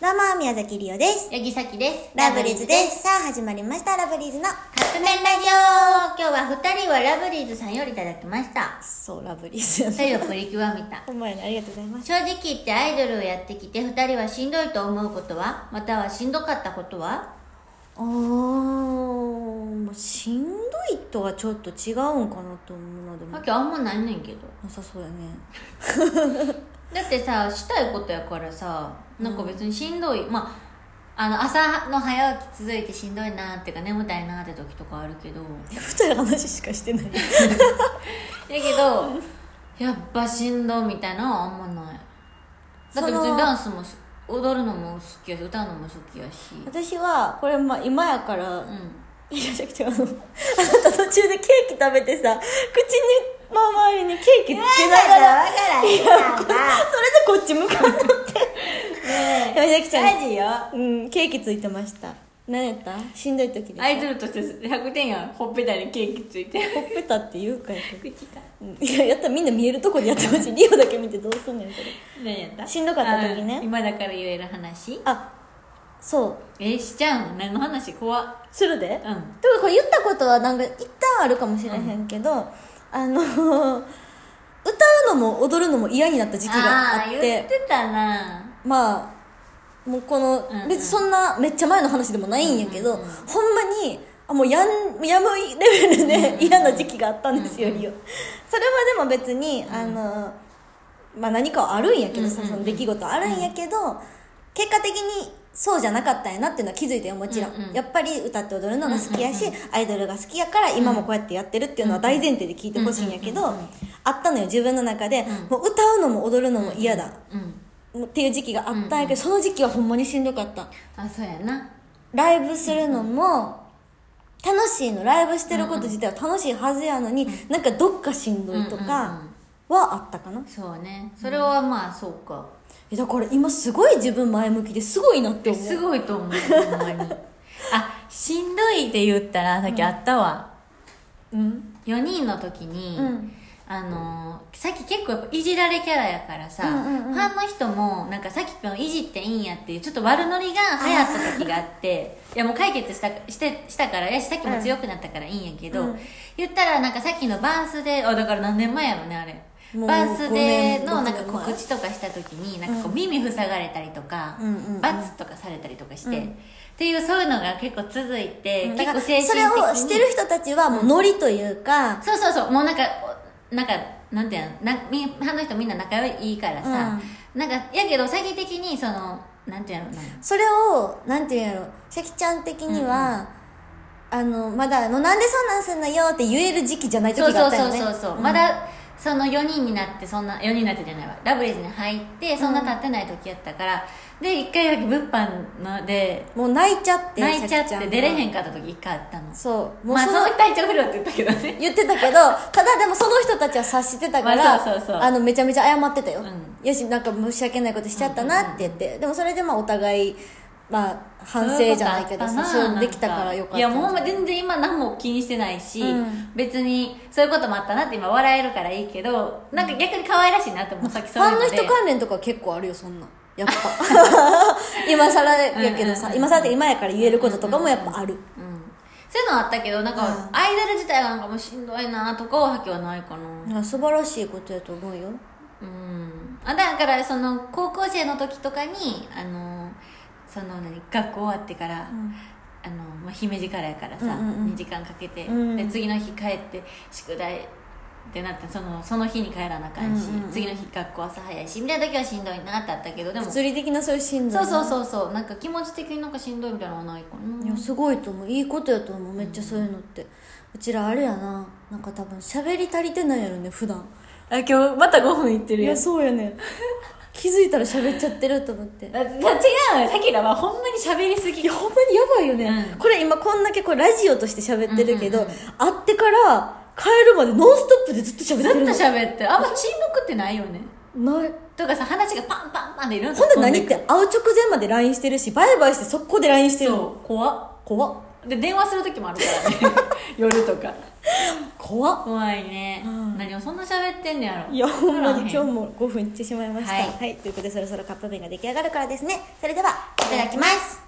どうも、宮崎りおです。八木咲ですラブリーズです。さあ、始まりました、ラブリーズの。カップ麺ラジオ今日は二人はラブリーズさんよりいただきましたそう、ラブリーズ。二人はプリキュア見たほんまやね、ありがとうございます。正直言ってアイドルをやってきて二人はしんどいと思うことはまたはしんどかったことはあー、まあ、しんどいとはちょっと違うんかなと思うのでもわ、けあんまないねんけどなさそうやね。だってさしたいことやからさなんか別にしんどい、まああの朝の早起き続いてしんどいなっていうか眠たいなって時とかあるけど二人話しかしてない。だけどやっぱしんどみたいなのはあんまないだって別そのにダンスもす踊るのも好きやし歌うのも好きやし私は、これ、まあ、今やからう、んいらっしゃくて、あの、あなた途中でケーキ食べてさ、口に、まあ、周りにケーキつけながら、から それでこっち向かっとって。ね山崎ちゃんジようん、ケーキついてました。何やったしんどい時でしょアイドルとして100点やんほっぺたにケーキつい てほっぺたって言うかやけ口かどうんいや、やったらみんな見えるとこでやってほし い。リオだけ見てどうすんねん、それ。何やったしんどかった時ねあー今だから言える話あ、そう。えしちゃうん何の話怖っするで、うんとかこれ言ったことはなんか一旦あるかもしれへんけど、あの歌うのも踊るのも嫌になった時期があってー言ってたなまあもうこの、うんうん別にそんなめっちゃ前の話でもないんやけど、うんうんうんほんまにあもうやんやむレベルで、嫌な時期があったんですよ、うんうんリオそれはでも別に、あのまあ何かはあるんやけどさ、うんうんうんその出来事あるんやけど、結果的にそうじゃなかったんやなっていうのは気づいたよもちろん、うんうんやっぱり歌って踊るのが好きやし、アイドルが好きやから今もこうやってやってるっていうのは大前提で聞いてほしいんやけど、うんうんうんうんあったのよ自分の中で、うんもう歌うのも踊るのも嫌だ、うんっていう時期があったんやけど、その時期はほんまにしんどかったあそうやなライブするのも楽しいのライブしてること自体は楽しいはずやのに、なんかどっかしんどいとかはあったかな、そうねそれはまあそうかえだから今すごい自分前向きですごいなって思うすごいと思うほんま にあしんどいって言ったらさっきあったわ、うん4人の時に、うんあのーさっき結構やっぱいじられキャラやからさ、うんうんうんファンの人もなんかさきぴょんいじっていいんやっていうちょっと悪ノリが流行った時があっていやもう解決したしてしたからやしさっきも強くなったからいいんやけど、うん言ったらなんかさっきのバースデーあだから何年前やろねあれもうバースデーのなんか五年告知とかした時になんかこう耳塞がれたりとか、うんうんうんバツとかされたりとかして、っていうそういうのが結構続いて、うんだか結構ら精神そ的れにをしてる人たちはもうノリというか、そうそうそうもうなんかおなんかなんていうのなみファンの人みんな仲良いからさ、なんかやけど詐欺的にそのなんていうのかなそれをなんていうんやろシャキちゃん的には、あのまだあのなんでそんなんすんのよって言える時期じゃない時そうがそあうったよそうねそうそう、んまだその4人になってそんな4人になってじゃないわラブリーズに入ってそんな経ってない時やったから、で一回だけ物販のでもう泣いちゃって泣いちゃっシャキてが出れへんかった時一回あったのそうもうまあそその、の時体調不良って言ったけどね言ってたけどただでもその人たちは察してたから、まあそうそうそうあのめちゃめちゃ謝ってたよ、うよしなんか申し訳ないことしちゃったなって言って、でもそれでまあお互いまあ反省じゃないけどさそそうううことあったなできたからよかったいやもうほんま全然今何も気にしてないし、うん別にそういうこともあったなって今笑えるからいいけどなんか逆に可愛らしいなってもうさっきフそういァンうので人関連とか結構あるよそんなんやっ ぱ今更やけどさ、うんうんうん今更って今やから言えることとかもやっぱある、うんそういうのはあったけどなんかうアイドル自体がなんかもうしんどいなとかははきはないかなうん、あ素晴らしいことやと思うよあだからその高校生の時とかにあのその何学校終わってから、あのまあ、姫路からやからさ、うんうんうん2時間かけて、うんで次の日帰って宿題ってなってそのその日に帰らなあかんし、うんうんうん次の日学校朝早いしみたいな時はしんどいなってあったけどでもそう物理的なそういう心理そうそうそうなんか気持ち的になんかしんどいみたいなのはないかいなやすごいと思ういいことやと思うめっちゃそういうのって、うちらあれやななんか多分喋り足りてないやろね普段あ今日また5分いっていやそうやね気づいたら喋っちゃってると思ってだだ違うさきらはほんまに喋りすぎほんまにやばいよね、うんこれ今こんだけこうラジオとして喋ってるけど、うんうん会ってから帰るまでノンストップでずっとず喋っってるのと喋ってあんま沈黙ってないよねないとかさ話がパンパンパンでいろんなとほこんで飛何んでっくて会う直前まで LINE してるしバイバイして速攻で LINE してるのそう怖っ怖っで電話する時もあるからね 夜とか怖っ怖いね、うん何をそんな喋ってんねやろいやほんまに今日日も5分いってしまいました、ははいいということでそろそろカップ麺が出来上がるからですねそれではきます